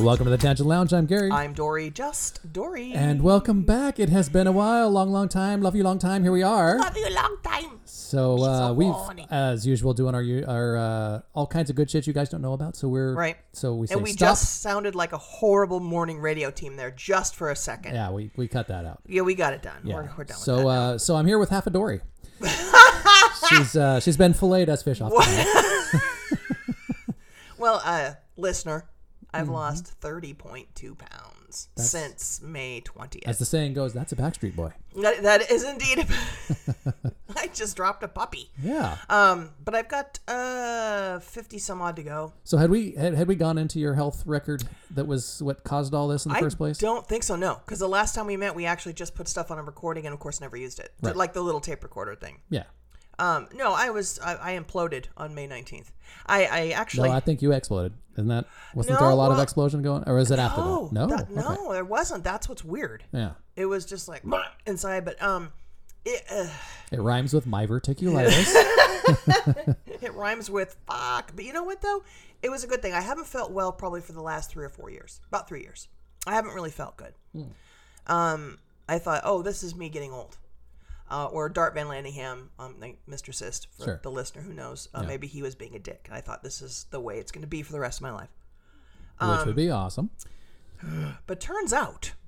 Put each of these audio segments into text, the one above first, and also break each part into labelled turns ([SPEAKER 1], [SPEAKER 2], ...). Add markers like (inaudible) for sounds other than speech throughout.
[SPEAKER 1] Welcome to the Tangent Lounge. I'm Gary.
[SPEAKER 2] I'm Dory, just Dory.
[SPEAKER 1] and welcome back. It has been a while, long, long time. Love you, long time. Here we are.
[SPEAKER 2] love you a long time.
[SPEAKER 1] So uh,
[SPEAKER 2] so
[SPEAKER 1] we've,
[SPEAKER 2] horny.
[SPEAKER 1] as usual, doing our u- our uh, all kinds of good shit you guys don't know about. So we're
[SPEAKER 2] Right.
[SPEAKER 1] So we say
[SPEAKER 2] And we
[SPEAKER 1] stop.
[SPEAKER 2] just sounded like a horrible morning radio team there, just for a second. Yeah,
[SPEAKER 1] yeah, we, we cut that out.
[SPEAKER 2] we got it done.
[SPEAKER 1] Yeah.
[SPEAKER 2] We're, we're done
[SPEAKER 1] so
[SPEAKER 2] with that.
[SPEAKER 1] uh, so I'm here with half a
[SPEAKER 2] (laughs)
[SPEAKER 1] Dory. she's uh, she's been filleted as fish off. the net. (laughs)
[SPEAKER 2] (laughs) well, uh, listener, I've
[SPEAKER 1] Mm-hmm.
[SPEAKER 2] lost 30.2 pounds since May 20th.
[SPEAKER 1] As the saying goes, that's a Backstreet Boy.
[SPEAKER 2] That- that is indeed. (laughs) I just dropped a puppy.
[SPEAKER 1] Yeah.
[SPEAKER 2] Um, but I've got uh 50 some odd to go.
[SPEAKER 1] So had we had, had we gone into your health record that was what caused all this in the
[SPEAKER 2] I
[SPEAKER 1] first place?
[SPEAKER 2] don't think so. No, because the last time we met, we actually just put stuff on a recording, and of course, never used it.
[SPEAKER 1] Right.
[SPEAKER 2] Like the little tape recorder thing.
[SPEAKER 1] Yeah.
[SPEAKER 2] Um, no, I was I, I imploded on May nineteenth. I, I
[SPEAKER 1] No,
[SPEAKER 2] actually
[SPEAKER 1] Oh, I think you exploded. Isn't that wasn't
[SPEAKER 2] No,
[SPEAKER 1] there a lot of
[SPEAKER 2] well-
[SPEAKER 1] explosion going, or is it after
[SPEAKER 2] oh
[SPEAKER 1] that? No.
[SPEAKER 2] that- no
[SPEAKER 1] Okay.
[SPEAKER 2] there wasn't. That's what's weird.
[SPEAKER 1] Yeah.
[SPEAKER 2] It was just like inside, but um, it uh,
[SPEAKER 1] It rhymes
[SPEAKER 2] (laughs)
[SPEAKER 1] with diverticulitis.
[SPEAKER 2] it rhymes with fuck. But you know what though, it was a good thing. I haven't felt well probably for the last three or four years, about three years. I haven't really felt good. Um, I thought, oh, this is me getting old. Uh, or Dart Van Lanningham, um, like Mr. Sist, for
[SPEAKER 1] Sure.
[SPEAKER 2] the listener who knows, uh, maybe he was being a dick. And I thought this is the way it's going to be for the rest of my life.
[SPEAKER 1] which would
[SPEAKER 2] Um,
[SPEAKER 1] be awesome.
[SPEAKER 2] But turns out, (laughs)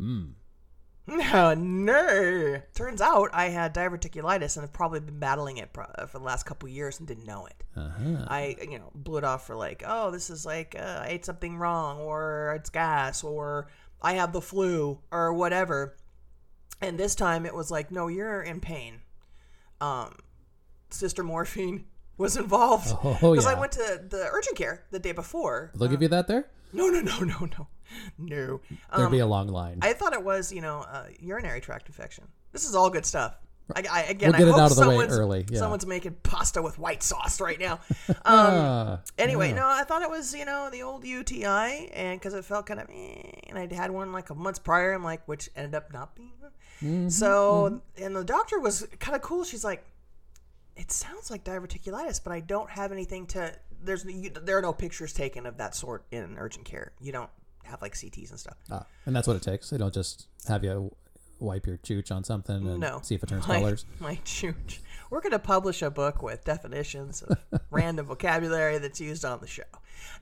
[SPEAKER 2] no, no, turns out I had diverticulitis and have probably been battling it pro- uh, for the last couple years and didn't know it.
[SPEAKER 1] Uh-huh.
[SPEAKER 2] I, you know, blew it off for like, oh, this is like uh, I ate something wrong, or it's gas, or I have the flu, or whatever. And this time it was like, no, you're in pain. Um, Sister Morphine (laughs) was involved
[SPEAKER 1] Oh,
[SPEAKER 2] I
[SPEAKER 1] yeah.
[SPEAKER 2] went to the urgent care the day before.
[SPEAKER 1] They'll give you that there.
[SPEAKER 2] No, no, no, no, no, no. Um,
[SPEAKER 1] There'd be a long line.
[SPEAKER 2] I thought it was, you know, uh, urinary tract infection. This is all good stuff. I, I, again,
[SPEAKER 1] We'll get
[SPEAKER 2] I
[SPEAKER 1] it
[SPEAKER 2] hope
[SPEAKER 1] out of the way
[SPEAKER 2] someone's,
[SPEAKER 1] early, yeah.
[SPEAKER 2] someone's making pasta with white sauce right now.
[SPEAKER 1] (laughs)
[SPEAKER 2] Um,
[SPEAKER 1] Ah,
[SPEAKER 2] anyway,
[SPEAKER 1] yeah.
[SPEAKER 2] no, I thought it was, you know, the old UTI, and because it felt kind of, eh, and I'd had one like a month prior, I'm like, which ended up not being. so, and the doctor was kind of cool. She's like, it sounds like diverticulitis, but I don't have anything to. There's you, there are no pictures taken of that sort in urgent care. You don't have like CTs and stuff.
[SPEAKER 1] Ah, and that's what it takes. They don't just have you wipe your chooch on something and
[SPEAKER 2] no.
[SPEAKER 1] see if it turns
[SPEAKER 2] my, (laughs)
[SPEAKER 1] colors.
[SPEAKER 2] My chooch. We're going to publish a book with
[SPEAKER 1] (laughs)
[SPEAKER 2] definitions of random vocabulary that's used on the show.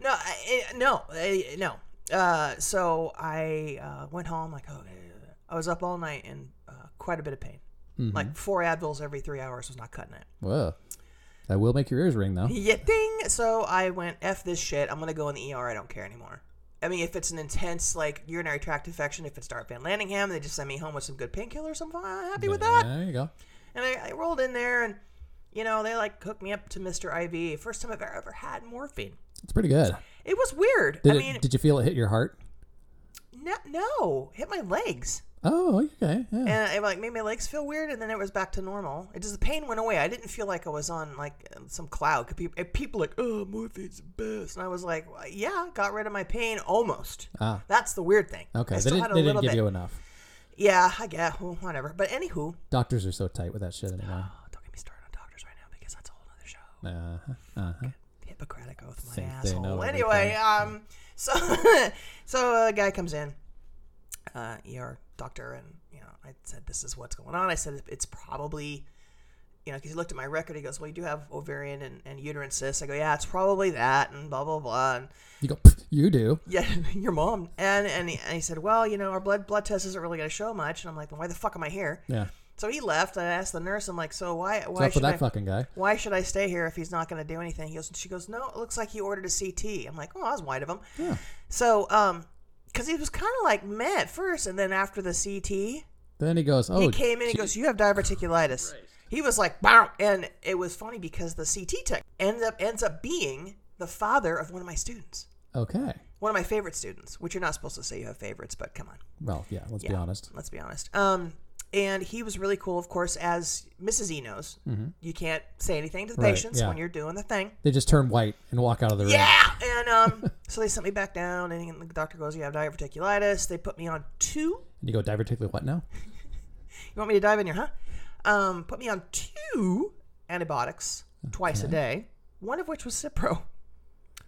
[SPEAKER 2] No, I, eh, no, eh, no. Uh, so I uh, went home like, oh, eh. I was up all night in uh, quite a bit of pain.
[SPEAKER 1] Mm-hmm.
[SPEAKER 2] Like four Advils every three hours was not cutting it.
[SPEAKER 1] Whoa. That will make your ears ring though.
[SPEAKER 2] Yeah, ding. So I went, F this shit. I'm going to go in the ER. I don't care anymore. I mean, if it's an intense, like, urinary tract infection, if it's Dart Van Lanningham, they just send me home with some good painkillers. I'm fine, happy with that.
[SPEAKER 1] There you go.
[SPEAKER 2] And I, I rolled in there and, you know, they like hooked me up to Mr. IV. First time I've ever had morphine.
[SPEAKER 1] It's pretty good.
[SPEAKER 2] It was weird.
[SPEAKER 1] Did
[SPEAKER 2] I
[SPEAKER 1] it,
[SPEAKER 2] mean,
[SPEAKER 1] did you feel it hit your heart?
[SPEAKER 2] no, no, hit my legs.
[SPEAKER 1] Oh, okay. Yeah.
[SPEAKER 2] And it like made my legs feel weird and then it was back to normal. It just, the pain went away. I didn't feel like I was on like some cloud. 'Cause People, people like, oh, morphine's the best. And I was like, well, yeah, got rid of my pain almost.
[SPEAKER 1] ah.
[SPEAKER 2] That's the weird thing.
[SPEAKER 1] Okay.
[SPEAKER 2] I
[SPEAKER 1] They
[SPEAKER 2] still
[SPEAKER 1] didn't,
[SPEAKER 2] had a
[SPEAKER 1] they
[SPEAKER 2] little
[SPEAKER 1] didn't give
[SPEAKER 2] bit.
[SPEAKER 1] you enough.
[SPEAKER 2] yeah, I guess. Well, whatever. But anywho,
[SPEAKER 1] Doctors are so tight with that shit anymore.
[SPEAKER 2] (sighs) oh, don't get me started on doctors right now because that's a whole other show.
[SPEAKER 1] Uh-huh. Uh-huh.
[SPEAKER 2] The Hippocratic Oath, my
[SPEAKER 1] Think they know
[SPEAKER 2] asshole.
[SPEAKER 1] everything.
[SPEAKER 2] Anyway, um, (laughs) so so a guy comes in, uh, ER doctor, and you know, I said, "This is what's going on." I said, "It's probably." You know, because he looked at my record, he goes, "Well, you do have ovarian and, and uterine cysts." I go, "Yeah, it's probably that," and blah blah blah. And (laughs)
[SPEAKER 1] You go. You do.
[SPEAKER 2] yeah, your mom. And and he, and he said, "Well, you know, our blood blood test isn't really going to show much." And I'm like, "Then "Why the fuck am I here?"
[SPEAKER 1] Yeah.
[SPEAKER 2] So he left. And I asked the nurse, "I'm like, so why why
[SPEAKER 1] Not for
[SPEAKER 2] should
[SPEAKER 1] that
[SPEAKER 2] I?"
[SPEAKER 1] fucking guy.
[SPEAKER 2] why should I stay here if he's not going to do anything? He goes, she goes, no, it looks like he ordered a CT. I'm like, oh, I was wide of him.
[SPEAKER 1] Yeah.
[SPEAKER 2] So, um, because he was kind of like meh at first, and then after the CT,
[SPEAKER 1] Then he goes, oh,
[SPEAKER 2] he came in and
[SPEAKER 1] gee-
[SPEAKER 2] goes, you have diverticulitis. He was like, wow, and it was funny because the CT tech ends up ends up being the father of one of my students,
[SPEAKER 1] okay.
[SPEAKER 2] one of my favorite students, which you're not supposed to say you have favorites, but come on.
[SPEAKER 1] Well, yeah, let's be
[SPEAKER 2] Yeah,
[SPEAKER 1] honest.
[SPEAKER 2] Let's be honest. Um, and he was really cool, of course, as Mrs. E knows. You can't say anything to the
[SPEAKER 1] Mm-hmm. Right,
[SPEAKER 2] patients
[SPEAKER 1] yeah.
[SPEAKER 2] when you're doing the thing.
[SPEAKER 1] They just turn white and walk out of the room.
[SPEAKER 2] Yeah. And um, so they sent me back down, and the doctor goes, "You have diverticulitis." They put me on two.
[SPEAKER 1] And you go, diverticular what now?
[SPEAKER 2] You want me to dive in here, huh? Um, put me on two antibiotics twice a day, one of which was Cipro,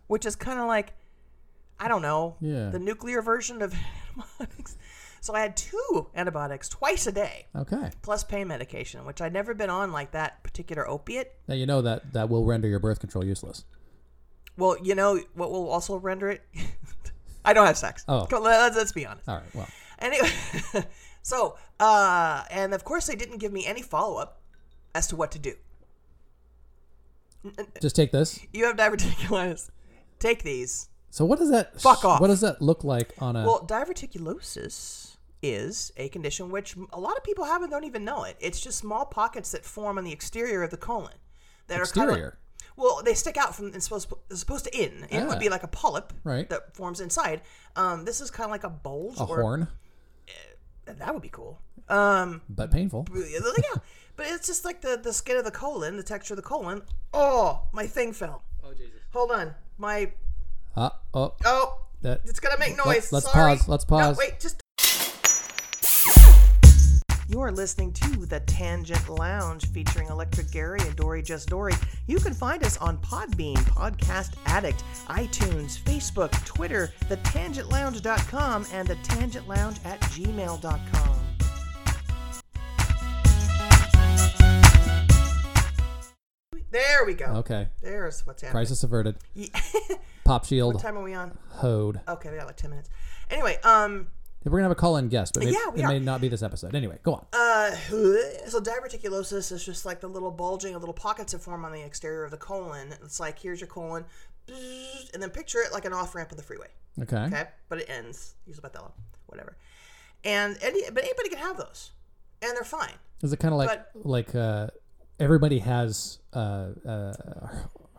[SPEAKER 2] which is kind of like I don't know,
[SPEAKER 1] Yeah.
[SPEAKER 2] the nuclear version of (laughs) antibiotics. So I had two antibiotics twice a day,
[SPEAKER 1] Okay.
[SPEAKER 2] plus pain medication, which I'd never been on like that particular opiate.
[SPEAKER 1] Now you know that that will render your birth control useless.
[SPEAKER 2] Well, you know what will also render it? (laughs) I don't have sex.
[SPEAKER 1] Oh.
[SPEAKER 2] Come on, let's, let's be honest.
[SPEAKER 1] All right. Well,
[SPEAKER 2] Anyway, (laughs) so, uh, and of course, they didn't give me any follow up as to what to do.
[SPEAKER 1] just take this.
[SPEAKER 2] You have diverticulitis. Take these.
[SPEAKER 1] So what does that?
[SPEAKER 2] Fuck off.
[SPEAKER 1] What does that look like on a?
[SPEAKER 2] Well, diverticulosis is a condition which a lot of people have and don't even know it. It's just small pockets that form on the exterior of the colon that are kind of
[SPEAKER 1] exterior.
[SPEAKER 2] well, they stick out from and supposed they're supposed to in. It
[SPEAKER 1] Ah.
[SPEAKER 2] would be like a polyp
[SPEAKER 1] Right.
[SPEAKER 2] that forms inside. Um, this is kind of like a bulge
[SPEAKER 1] a
[SPEAKER 2] or
[SPEAKER 1] horn,
[SPEAKER 2] that would be cool. Um,
[SPEAKER 1] but painful.
[SPEAKER 2] yeah, but it's just like the the skin of the colon, the texture of the colon. Oh, my thing fell.
[SPEAKER 3] Oh Jesus.
[SPEAKER 2] Hold on, my
[SPEAKER 1] Uh, oh,
[SPEAKER 2] oh,
[SPEAKER 1] that.
[SPEAKER 2] it's gonna make
[SPEAKER 1] let-
[SPEAKER 2] noise.
[SPEAKER 1] let's
[SPEAKER 2] Sorry.
[SPEAKER 1] pause, let's
[SPEAKER 2] No,
[SPEAKER 1] pause.
[SPEAKER 2] wait, just. You're listening to The Tangent Lounge featuring Electric Gary and Dory Just Dory. You can find us on Podbean, Podcast Addict, iTunes, Facebook, Twitter, thetangentlounge.com, and thetangentlounge at gmail.com. There we go.
[SPEAKER 1] Okay.
[SPEAKER 2] There's what's happening.
[SPEAKER 1] Crisis averted.
[SPEAKER 2] Yeah.
[SPEAKER 1] Pop
[SPEAKER 2] (laughs) what
[SPEAKER 1] shield.
[SPEAKER 2] time are we on?
[SPEAKER 1] Hode.
[SPEAKER 2] Okay, we got like 10 minutes. Anyway, um,
[SPEAKER 1] We're gonna have a call-in guest, but maybe,
[SPEAKER 2] Uh, Yeah, we
[SPEAKER 1] it may
[SPEAKER 2] are.
[SPEAKER 1] not be this episode. Anyway, go on.
[SPEAKER 2] Uh, so diverticulosis is just like the little bulging of little pockets that form on the exterior of the colon. It's like here's your colon, and then picture it like an off ramp of the freeway.
[SPEAKER 1] Okay.
[SPEAKER 2] Okay, but it ends usually about that long, whatever. And any, but anybody can have those, and they're fine.
[SPEAKER 1] Is it kind of like like uh, everybody has uh, uh,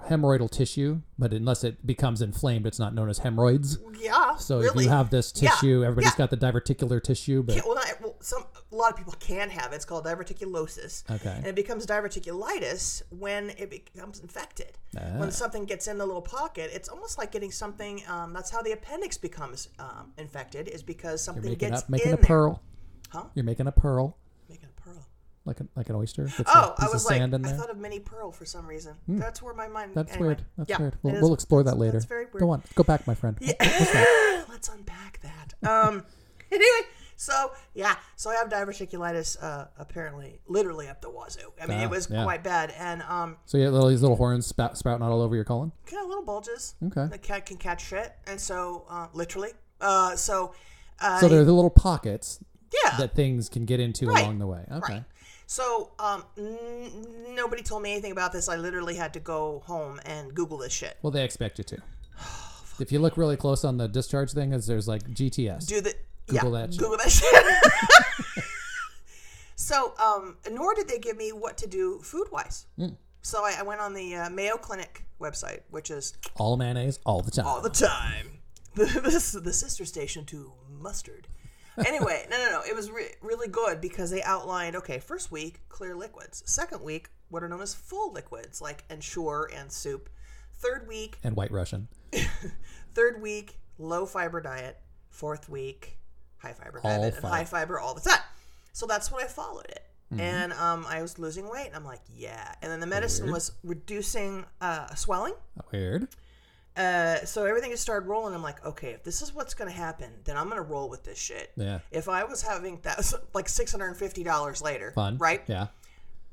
[SPEAKER 1] hemorrhoidal tissue, but unless it becomes inflamed, it's not known as hemorrhoids.
[SPEAKER 2] Yeah.
[SPEAKER 1] So
[SPEAKER 2] really.
[SPEAKER 1] if you have this
[SPEAKER 2] Yeah,
[SPEAKER 1] tissue, everybody's
[SPEAKER 2] yeah.
[SPEAKER 1] got the diverticular tissue, but
[SPEAKER 2] Yeah, well, not, well, some a lot of people can have it. It's called diverticulosis.
[SPEAKER 1] Okay.
[SPEAKER 2] And it becomes diverticulitis when it becomes infected.
[SPEAKER 1] Ah.
[SPEAKER 2] When something gets in the little pocket, it's almost like getting something. Um, that's how the appendix becomes um, infected, is because something
[SPEAKER 1] making
[SPEAKER 2] gets
[SPEAKER 1] up making
[SPEAKER 2] in
[SPEAKER 1] a
[SPEAKER 2] there.
[SPEAKER 1] pearl.
[SPEAKER 2] Huh?
[SPEAKER 1] You're making a pearl
[SPEAKER 2] Making a pearl.
[SPEAKER 1] like an like an oyster. It's a
[SPEAKER 2] Oh,
[SPEAKER 1] piece
[SPEAKER 2] I was
[SPEAKER 1] of
[SPEAKER 2] like,
[SPEAKER 1] sand in
[SPEAKER 2] I
[SPEAKER 1] there. Hmm.
[SPEAKER 2] thought of mini pearl for some reason. That's where my mind.
[SPEAKER 1] That's
[SPEAKER 2] anyway.
[SPEAKER 1] weird. That's
[SPEAKER 2] yeah,
[SPEAKER 1] weird.
[SPEAKER 2] it
[SPEAKER 1] We'll,
[SPEAKER 2] is-
[SPEAKER 1] we'll explore that
[SPEAKER 2] that's-
[SPEAKER 1] later.
[SPEAKER 2] That's very weird.
[SPEAKER 1] Go on. Go back, my friend.
[SPEAKER 2] Let's unpack that. Um, (laughs) anyway, so yeah, so I have diverticulitis. Uh, apparently, literally up the wazoo. I mean,
[SPEAKER 1] Ah,
[SPEAKER 2] it was
[SPEAKER 1] yeah.
[SPEAKER 2] quite bad, and um,
[SPEAKER 1] (laughs) So you have all these little horns spout, spouting out all over your colon.
[SPEAKER 2] kind of little bulges.
[SPEAKER 1] Okay.
[SPEAKER 2] The cat can catch shit, and so uh, literally, uh, so. Uh,
[SPEAKER 1] So they're the little pockets
[SPEAKER 2] yeah,
[SPEAKER 1] that things can get into
[SPEAKER 2] Right.
[SPEAKER 1] along the way. Okay.
[SPEAKER 2] Right. So, um, n- nobody told me anything about this. I literally had to go home and Google this shit.
[SPEAKER 1] Well, they expect you to. If you look really close on the discharge thing, is there's like GTS.
[SPEAKER 2] do the
[SPEAKER 1] Google
[SPEAKER 2] yeah,
[SPEAKER 1] that shit.
[SPEAKER 2] Google that shit. (laughs) so, um, nor did they give me what to do food wise. So I, I went on the uh, Mayo Clinic website, which is
[SPEAKER 1] all mayonnaise, all the time.
[SPEAKER 2] all the (laughs) time the, the, the sister station to mustard. Anyway, no, no, no. It was re- really good because they outlined okay, first week, clear liquids. Second week, what are known as full liquids, like ensure and soup. Third week,
[SPEAKER 1] and White Russian,
[SPEAKER 2] Third week, low fiber diet. Fourth week, high fiber
[SPEAKER 1] All
[SPEAKER 2] diet. And
[SPEAKER 1] fiber. Mm-hmm.
[SPEAKER 2] high fiber all the time. So that's when I followed it. And um, I was losing weight. And I'm like, yeah. And then the medicine was reducing uh, swelling.
[SPEAKER 1] weird.
[SPEAKER 2] Uh, so everything just started rolling. I'm like, okay, if this is what's going to happen, then I'm going to roll with this shit.
[SPEAKER 1] Yeah.
[SPEAKER 2] If I was having that, (laughs) like $650 later,
[SPEAKER 1] Fun.
[SPEAKER 2] right?
[SPEAKER 1] Yeah.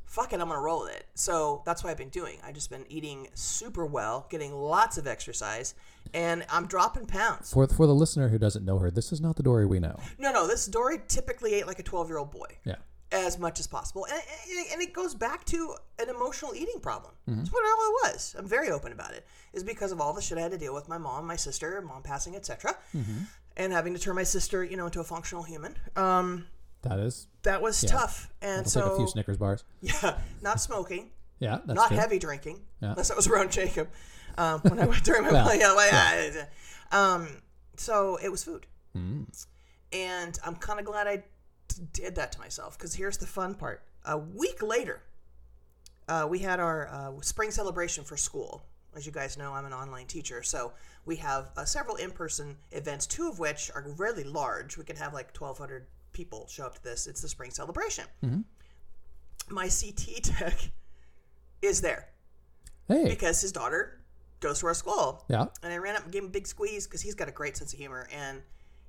[SPEAKER 2] fuck it, I'm gonna roll with it. So that's what I've been doing. I've just been eating super well, getting lots of exercise, and I'm dropping pounds.
[SPEAKER 1] For for the listener who doesn't know her, this is not the Dory we know.
[SPEAKER 2] No, no, this Dory typically ate like a 12 year old boy
[SPEAKER 1] Yeah.
[SPEAKER 2] as much as possible. And, and- and it goes back to an emotional eating problem.
[SPEAKER 1] Mm-hmm.
[SPEAKER 2] That's what all it was. I'm very open about it. Is because of all the shit I had to deal with my mom, my sister, mom passing, etc.
[SPEAKER 1] Mm-hmm.
[SPEAKER 2] And having to turn my sister, you know, into a functional human. Um,
[SPEAKER 1] That is.
[SPEAKER 2] that was tough. And
[SPEAKER 1] I'll
[SPEAKER 2] so,
[SPEAKER 1] take a few Snickers bars.
[SPEAKER 2] (laughs) yeah, not smoking.
[SPEAKER 1] Yeah. That's
[SPEAKER 2] not
[SPEAKER 1] good.
[SPEAKER 2] heavy drinking,
[SPEAKER 1] Yeah.
[SPEAKER 2] unless it was around Jacob. Um, when I went during
[SPEAKER 1] (laughs)
[SPEAKER 2] my
[SPEAKER 1] Well,
[SPEAKER 2] yeah, like, ah, um, so it was food,
[SPEAKER 1] Hmm.
[SPEAKER 2] and I'm kind of glad I t- did that to myself because here's the fun part. A week later, uh, we had our uh, spring celebration for school. As you guys know, I'm an online teacher, so we have uh, several in-person events, two of which are really large. We can have like 1,200 people show up to this. It's the spring celebration.
[SPEAKER 1] Mm-hmm.
[SPEAKER 2] My CT (laughs) tech is there
[SPEAKER 1] Hey.
[SPEAKER 2] because his daughter goes to our school.
[SPEAKER 1] Yeah.
[SPEAKER 2] And I ran up and gave him a big squeeze because he's got a great sense of humor. And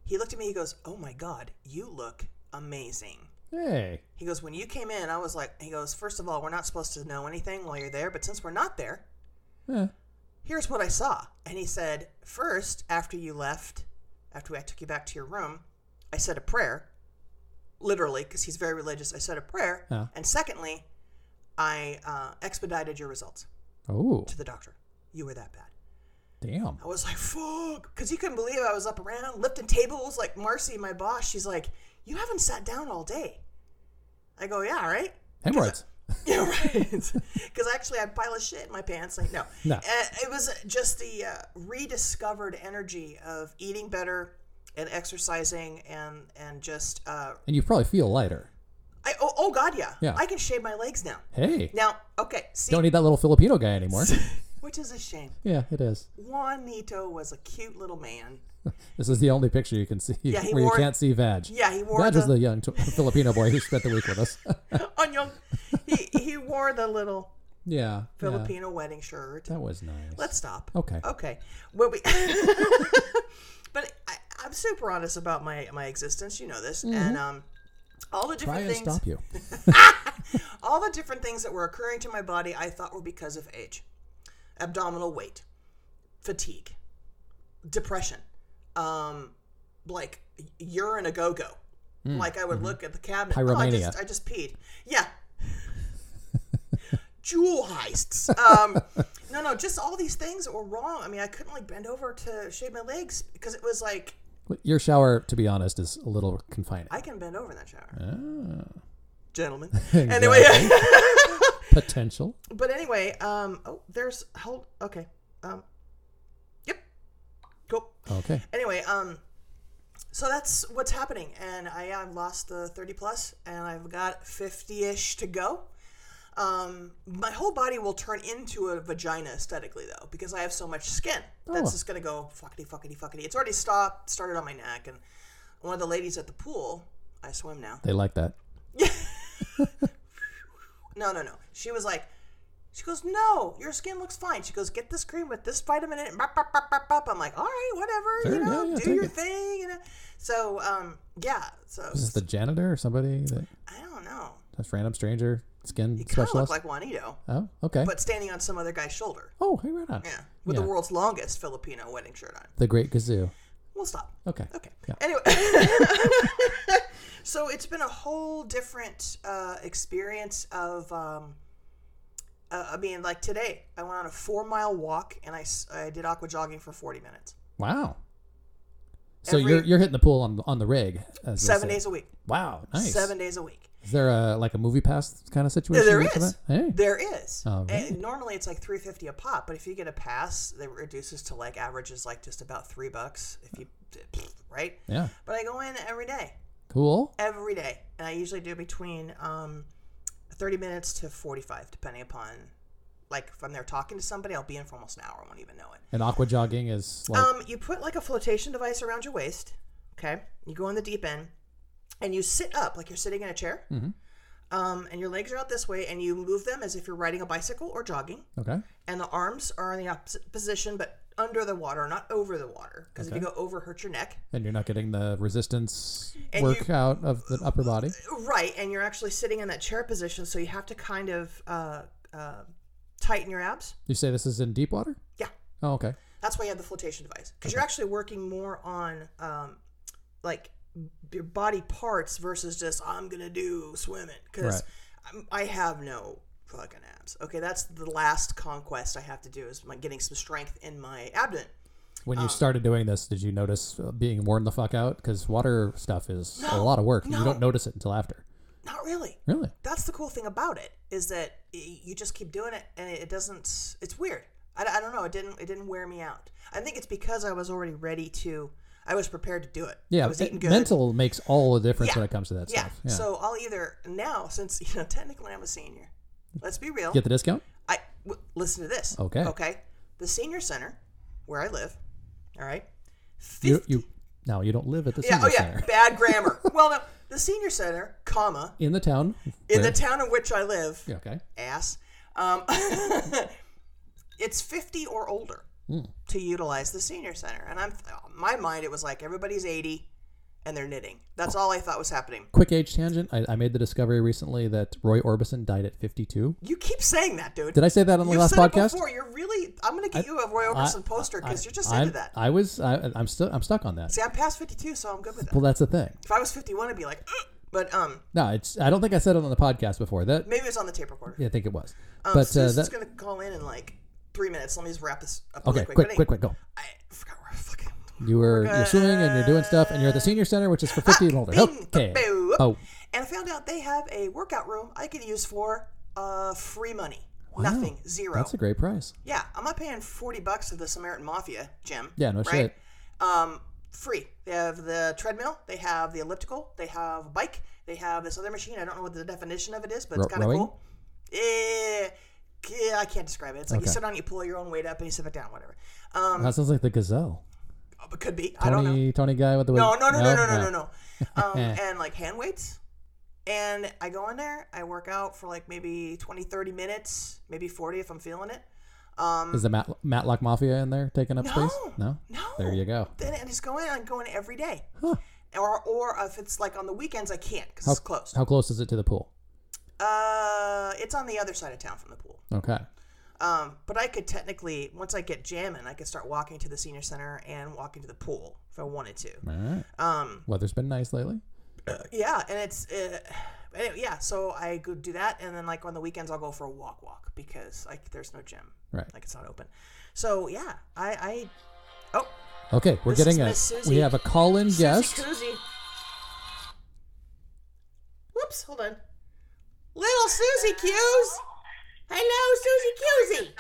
[SPEAKER 2] he looked at me. He goes, "Oh my God, you look amazing."
[SPEAKER 1] Hey.
[SPEAKER 2] He goes, "When you came in, I was like," he goes, first of all, we're not supposed to know anything while you're there, but since we're not there,
[SPEAKER 1] Yeah.
[SPEAKER 2] here's what I saw." And he said, first, after you left, after I took you back to your room, I said a prayer, literally, because he's very religious. I said a prayer,
[SPEAKER 1] Yeah.
[SPEAKER 2] and secondly, I uh, expedited your results
[SPEAKER 1] Oh,
[SPEAKER 2] to the doctor. You were that bad."
[SPEAKER 1] damn.
[SPEAKER 2] I was like, fuck. Because you couldn't believe I was up around lifting tables. Like, Marcy, my boss, she's like, you haven't sat down all day. I go, yeah, right? (laughs)
[SPEAKER 1] Hemorrhoids.
[SPEAKER 2] Yeah, right. (laughs) Because actually, I had a pile of shit in my pants. Like, no.
[SPEAKER 1] No.
[SPEAKER 2] Uh, it was just the uh, rediscovered energy of eating better and exercising and, and just, uh,
[SPEAKER 1] And you probably feel lighter.
[SPEAKER 2] I, oh, oh, God, yeah.
[SPEAKER 1] Yeah.
[SPEAKER 2] I can shave my legs now.
[SPEAKER 1] Hey.
[SPEAKER 2] Now, okay, see,
[SPEAKER 1] Don't need that little Filipino guy
[SPEAKER 2] (laughs)
[SPEAKER 1] anymore.
[SPEAKER 2] which is a shame.
[SPEAKER 1] yeah, it is.
[SPEAKER 2] Juanito was a cute little man.
[SPEAKER 1] This is the only picture you can see
[SPEAKER 2] he
[SPEAKER 1] where
[SPEAKER 2] wore-
[SPEAKER 1] you can't see Vag.
[SPEAKER 2] Yeah, he wore
[SPEAKER 1] Vag
[SPEAKER 2] the,
[SPEAKER 1] is the young t- Filipino boy who spent the week with us. (laughs)
[SPEAKER 2] on young. He, he wore the little
[SPEAKER 1] yeah. Oh. yeah.
[SPEAKER 2] Filipino wedding shirt.
[SPEAKER 1] That was nice.
[SPEAKER 2] Let's stop.
[SPEAKER 1] Okay.
[SPEAKER 2] Okay. Well, we. (laughs) but I, I'm super honest about my my existence. You know this, and um, all the
[SPEAKER 1] Mm-hmm. Try
[SPEAKER 2] different
[SPEAKER 1] and
[SPEAKER 2] things,
[SPEAKER 1] stop you.
[SPEAKER 2] all the different things that were occurring to my body, I thought were because of age, abdominal weight, fatigue, depression, um, like urine a go go. like I would look at the cabinet.
[SPEAKER 1] Pyromania.
[SPEAKER 2] Oh, I just I just peed. Yeah. (laughs) Jewel heists. Um, no, no, just all these things that were wrong. I mean, I couldn't like bend over to shave my legs because it was like
[SPEAKER 1] Your shower, to be honest, is a little confining.
[SPEAKER 2] I can bend over in that shower,
[SPEAKER 1] Ah,
[SPEAKER 2] gentlemen. Anyway,
[SPEAKER 1] potential.
[SPEAKER 2] but anyway, um, oh, there's hold. Okay, um, yep, cool.
[SPEAKER 1] Okay.
[SPEAKER 2] Anyway, um, so that's what's happening, and I I've lost the thirty plus, and I've got fifty ish to go. Um, my whole body will turn into a vagina aesthetically though, because I have so much skin that's
[SPEAKER 1] Oh.
[SPEAKER 2] just gonna go fuckity fuckity fuckity. It's already stopped, started on my neck, and one of the ladies at the pool. I swim now.
[SPEAKER 1] They like that.
[SPEAKER 2] No, no, no. She was like, she goes, no, your skin looks fine. She goes, get this cream with this vitamin in it. Bop, bop, bop, bop, bop. I'm like, all right, whatever,
[SPEAKER 1] Sure,
[SPEAKER 2] you know,
[SPEAKER 1] yeah, yeah,
[SPEAKER 2] do
[SPEAKER 1] take
[SPEAKER 2] your
[SPEAKER 1] it."
[SPEAKER 2] thing. You know? So, um, yeah. So
[SPEAKER 1] Is this the janitor or somebody? That,
[SPEAKER 2] I don't know.
[SPEAKER 1] just random stranger skin
[SPEAKER 2] He kind of
[SPEAKER 1] specialist?
[SPEAKER 2] looked like Juanito,
[SPEAKER 1] oh, okay.
[SPEAKER 2] but standing on some other guy's shoulder.
[SPEAKER 1] oh, hey, right on.
[SPEAKER 2] Yeah, with
[SPEAKER 1] Yeah.
[SPEAKER 2] the world's longest Filipino wedding shirt on.
[SPEAKER 1] The Great Gazoo.
[SPEAKER 2] We'll stop.
[SPEAKER 1] Okay.
[SPEAKER 2] Okay.
[SPEAKER 1] Yeah.
[SPEAKER 2] Anyway, (laughs) so it's been a whole different uh, experience of. Um, uh, I mean, like today, I went on a four mile walk and I, s- I did aqua jogging for 40 minutes,
[SPEAKER 1] Wow. So
[SPEAKER 2] Every-
[SPEAKER 1] you're you're hitting the pool on on the rig. As they
[SPEAKER 2] seven
[SPEAKER 1] say.
[SPEAKER 2] days a week.
[SPEAKER 1] Wow, nice.
[SPEAKER 2] Seven days a week.
[SPEAKER 1] Is there a like a movie pass kind of situation?
[SPEAKER 2] there
[SPEAKER 1] you get for
[SPEAKER 2] is.
[SPEAKER 1] that? Hey.
[SPEAKER 2] There is.
[SPEAKER 1] All
[SPEAKER 2] And
[SPEAKER 1] right.
[SPEAKER 2] normally it's like 350 a pop, but if you get a pass, it reduces to like averages like just about three bucks if you, right?
[SPEAKER 1] Yeah.
[SPEAKER 2] But I go in every day.
[SPEAKER 1] Cool.
[SPEAKER 2] every day, and I usually do between um, thirty minutes to forty-five, depending upon like if I'm there talking to somebody, I'll be in for almost an hour. I won't even know it.
[SPEAKER 1] And aqua jogging is like
[SPEAKER 2] Um, you put like a flotation device around your waist. Okay, you go in the deep end, and you sit up like you're sitting in a chair. Um, and your legs are out this way, and you move them as if you're riding a bicycle or jogging.
[SPEAKER 1] okay.
[SPEAKER 2] And the arms are in the opposite position, but under the water, not over the water. Because if you go over, hurt your neck.
[SPEAKER 1] And you're not getting the resistance
[SPEAKER 2] And you-
[SPEAKER 1] workout of the upper body.
[SPEAKER 2] Right, and you're actually sitting in that chair position, so you have to kind of uh, uh, tighten your abs.
[SPEAKER 1] You say this is in deep water?
[SPEAKER 2] Yeah,
[SPEAKER 1] Oh, okay.
[SPEAKER 2] that's why you have the flotation device because you're actually working more on um, like b- your body parts versus just I'm gonna do swimming because I have no fucking abs. Okay, that's the last conquest I have to do is my getting some strength in my abdomen.
[SPEAKER 1] When
[SPEAKER 2] Um,
[SPEAKER 1] you started doing this, did you notice uh, being worn the fuck out? Because water stuff is a
[SPEAKER 2] No,
[SPEAKER 1] lot of work. and You
[SPEAKER 2] no.
[SPEAKER 1] don't notice it until after.
[SPEAKER 2] Not really.
[SPEAKER 1] Really?
[SPEAKER 2] that's the cool thing about it is that y- you just keep doing it and it doesn't it's weird I, I don't know it didn't it didn't wear me out i think it's because i was already ready to i was prepared to do it
[SPEAKER 1] Yeah.
[SPEAKER 2] i was
[SPEAKER 1] it-
[SPEAKER 2] eating good
[SPEAKER 1] Mental makes all the difference
[SPEAKER 2] Yeah.
[SPEAKER 1] when it comes to that
[SPEAKER 2] yeah.
[SPEAKER 1] stuff. Yeah.
[SPEAKER 2] so i'll either now since (laughs) you know technically i'm a senior let's be real
[SPEAKER 1] Get the discount?
[SPEAKER 2] I w- listen to this
[SPEAKER 1] Okay.
[SPEAKER 2] okay the senior center where i live all right
[SPEAKER 1] You you no, you don't live at the
[SPEAKER 2] yeah
[SPEAKER 1] senior
[SPEAKER 2] oh yeah
[SPEAKER 1] center. (laughs)
[SPEAKER 2] bad grammar well no the senior center comma
[SPEAKER 1] In the town.
[SPEAKER 2] in
[SPEAKER 1] where-
[SPEAKER 2] the town in which i live
[SPEAKER 1] Yeah, okay.
[SPEAKER 2] ass. Um, (laughs) it's 50 or older
[SPEAKER 1] Hmm.
[SPEAKER 2] to utilize the senior center. And I'm my mind it was like everybody's 80 and they're knitting. That's all I thought was happening.
[SPEAKER 1] Quick age tangent. I, I made the discovery recently that Roy Orbison died at 52.
[SPEAKER 2] You keep saying that, dude.
[SPEAKER 1] Did I say that on the
[SPEAKER 2] You've
[SPEAKER 1] last
[SPEAKER 2] said it
[SPEAKER 1] podcast?
[SPEAKER 2] before. You're really. I'm gonna get you a Roy Orbison poster because you're just
[SPEAKER 1] I'm,
[SPEAKER 2] into that.
[SPEAKER 1] I was. I, I'm still. I'm stuck on that.
[SPEAKER 2] See, I'm past 52, so I'm good with that.
[SPEAKER 1] Well, that's the thing.
[SPEAKER 2] If I was 51, I'd be like, "Ugh." but um,
[SPEAKER 1] No, it's. I don't think I said it on the podcast before. That.
[SPEAKER 2] maybe it's on the tape recorder.
[SPEAKER 1] Yeah, I think it was.
[SPEAKER 2] Um,
[SPEAKER 1] but uh,
[SPEAKER 2] Susan's
[SPEAKER 1] that.
[SPEAKER 2] gonna call in in like three minutes. Let me just wrap this up.
[SPEAKER 1] Okay,
[SPEAKER 2] really quick,
[SPEAKER 1] quick,
[SPEAKER 2] But
[SPEAKER 1] quick, quick, go.
[SPEAKER 2] I forgot where I fucking.
[SPEAKER 1] You were you're swimming and you're doing stuff and you're at the senior center, which is
[SPEAKER 2] Ah,
[SPEAKER 1] for 50 and older.
[SPEAKER 2] Bing,
[SPEAKER 1] Okay.
[SPEAKER 2] boop.
[SPEAKER 1] Oh,
[SPEAKER 2] And I found out they have a workout room I could use for uh free money. Nothing, zero.
[SPEAKER 1] that's a great price.
[SPEAKER 2] Yeah, I'm not paying forty bucks to the Samaritan Mafia gym.
[SPEAKER 1] Yeah, no
[SPEAKER 2] right?
[SPEAKER 1] shit.
[SPEAKER 2] Um, free. They have the treadmill. They have the elliptical. They have a bike. They have this other machine. I don't know what the definition of it is, but it's
[SPEAKER 1] Ro-
[SPEAKER 2] kind of
[SPEAKER 1] rowing?
[SPEAKER 2] cool. Eh, yeah, I can't describe it. It's like you
[SPEAKER 1] Okay.
[SPEAKER 2] sit down, you pull your own weight up, and you sit back down, whatever. Um,
[SPEAKER 1] That sounds like the gazelle.
[SPEAKER 2] but could be. I don't know.
[SPEAKER 1] Uh, Tony Tony guy with the
[SPEAKER 2] No, no, no, no, no, no, no, no.
[SPEAKER 1] (laughs)
[SPEAKER 2] Um, and like hand weights. And I go in there, I work out for like maybe 20, 30 minutes, maybe 40 if I'm feeling it. Um,
[SPEAKER 1] Is the Mat- Matlock Mafia in there taking up space? No.
[SPEAKER 2] no.
[SPEAKER 1] There you go.
[SPEAKER 2] Then I just go in, I'm going every day.
[SPEAKER 1] Huh.
[SPEAKER 2] Or, or if it's like on the weekends, I can't because it's closed.
[SPEAKER 1] How close is it to the pool?
[SPEAKER 2] Uh, it's on the other side of town from the pool.
[SPEAKER 1] Okay.
[SPEAKER 2] Um, but I could technically, once I get jamming, I could start walking to the senior center and walking to the pool if I wanted to.
[SPEAKER 1] All right.
[SPEAKER 2] Um,
[SPEAKER 1] Weather's been nice lately.
[SPEAKER 2] Yeah, and it's uh, anyway, yeah. So I go do that, and then like on the weekends I'll go for a walk, walk because like there's no gym,
[SPEAKER 1] Right.
[SPEAKER 2] like it's not open. So yeah, I, I oh
[SPEAKER 1] Okay, we're
[SPEAKER 2] This is
[SPEAKER 1] getting a
[SPEAKER 2] Miss Susie.
[SPEAKER 1] we have a call-in guest.
[SPEAKER 2] Susie Koozie. Whoops, hold on. Little Susie Q's. Hello, Susie Qzy.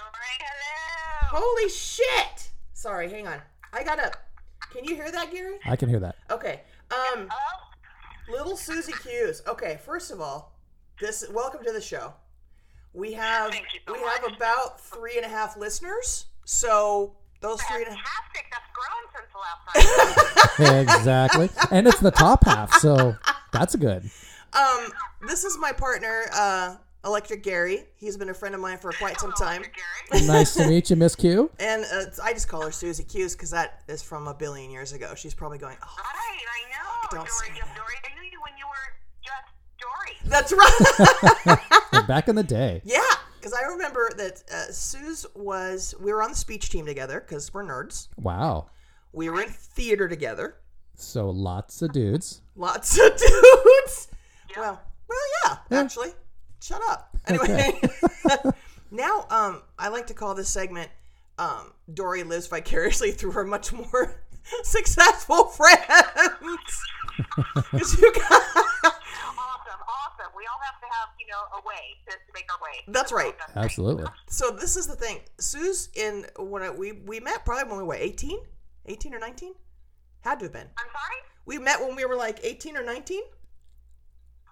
[SPEAKER 3] Hello.
[SPEAKER 2] Holy shit! Sorry, hang on. I got up. Can you hear that, Gary?
[SPEAKER 1] I can hear that.
[SPEAKER 2] Okay. Um,
[SPEAKER 3] Hello.
[SPEAKER 2] Little Susie Q's. Okay, first of all, this welcome to the show. We have
[SPEAKER 3] Thank you so
[SPEAKER 2] we
[SPEAKER 3] much.
[SPEAKER 2] have about three and a half listeners. So those three and a half.
[SPEAKER 3] Fantastic. That's grown since
[SPEAKER 2] (laughs)
[SPEAKER 3] the last time.
[SPEAKER 1] exactly. And it's the top half, so that's good.
[SPEAKER 2] Um, this is my partner, uh, Electric Gary. He's been a friend of mine for quite some time, (laughs)
[SPEAKER 3] Gary.
[SPEAKER 1] Nice to meet you, Miss Q.
[SPEAKER 2] and uh, I just call her Susie Q's because that is from a billion years ago. She's probably going, oh,
[SPEAKER 3] Hi, I know.
[SPEAKER 2] Don't
[SPEAKER 3] Dory,
[SPEAKER 2] say
[SPEAKER 3] just
[SPEAKER 2] that.
[SPEAKER 3] Dory. I knew you when you were just Dory.
[SPEAKER 2] "That's right." (laughs)
[SPEAKER 1] We're back in the day.
[SPEAKER 2] Yeah, because I remember that uh, Suze was. We were on the speech team together because we're nerds.
[SPEAKER 1] Wow.
[SPEAKER 2] We were in theater together.
[SPEAKER 1] So lots of dudes.
[SPEAKER 2] Lots of (laughs) dudes. Well, well, yeah, actually. Shut up. Anyway, (laughs) now um, I like to call this segment um, Dory lives vicariously through her much more (laughs) successful friends. 'Cause you got- (laughs)
[SPEAKER 3] Awesome, awesome. We all have to have, you know, a way to, to make our way.
[SPEAKER 2] That's right.
[SPEAKER 1] Absolutely.
[SPEAKER 2] so this is the thing. Sue's in when I, we we met probably when we were 18, 18 or 19? Had to have been.
[SPEAKER 3] I'm sorry?
[SPEAKER 2] We met when we were like 18 or 19?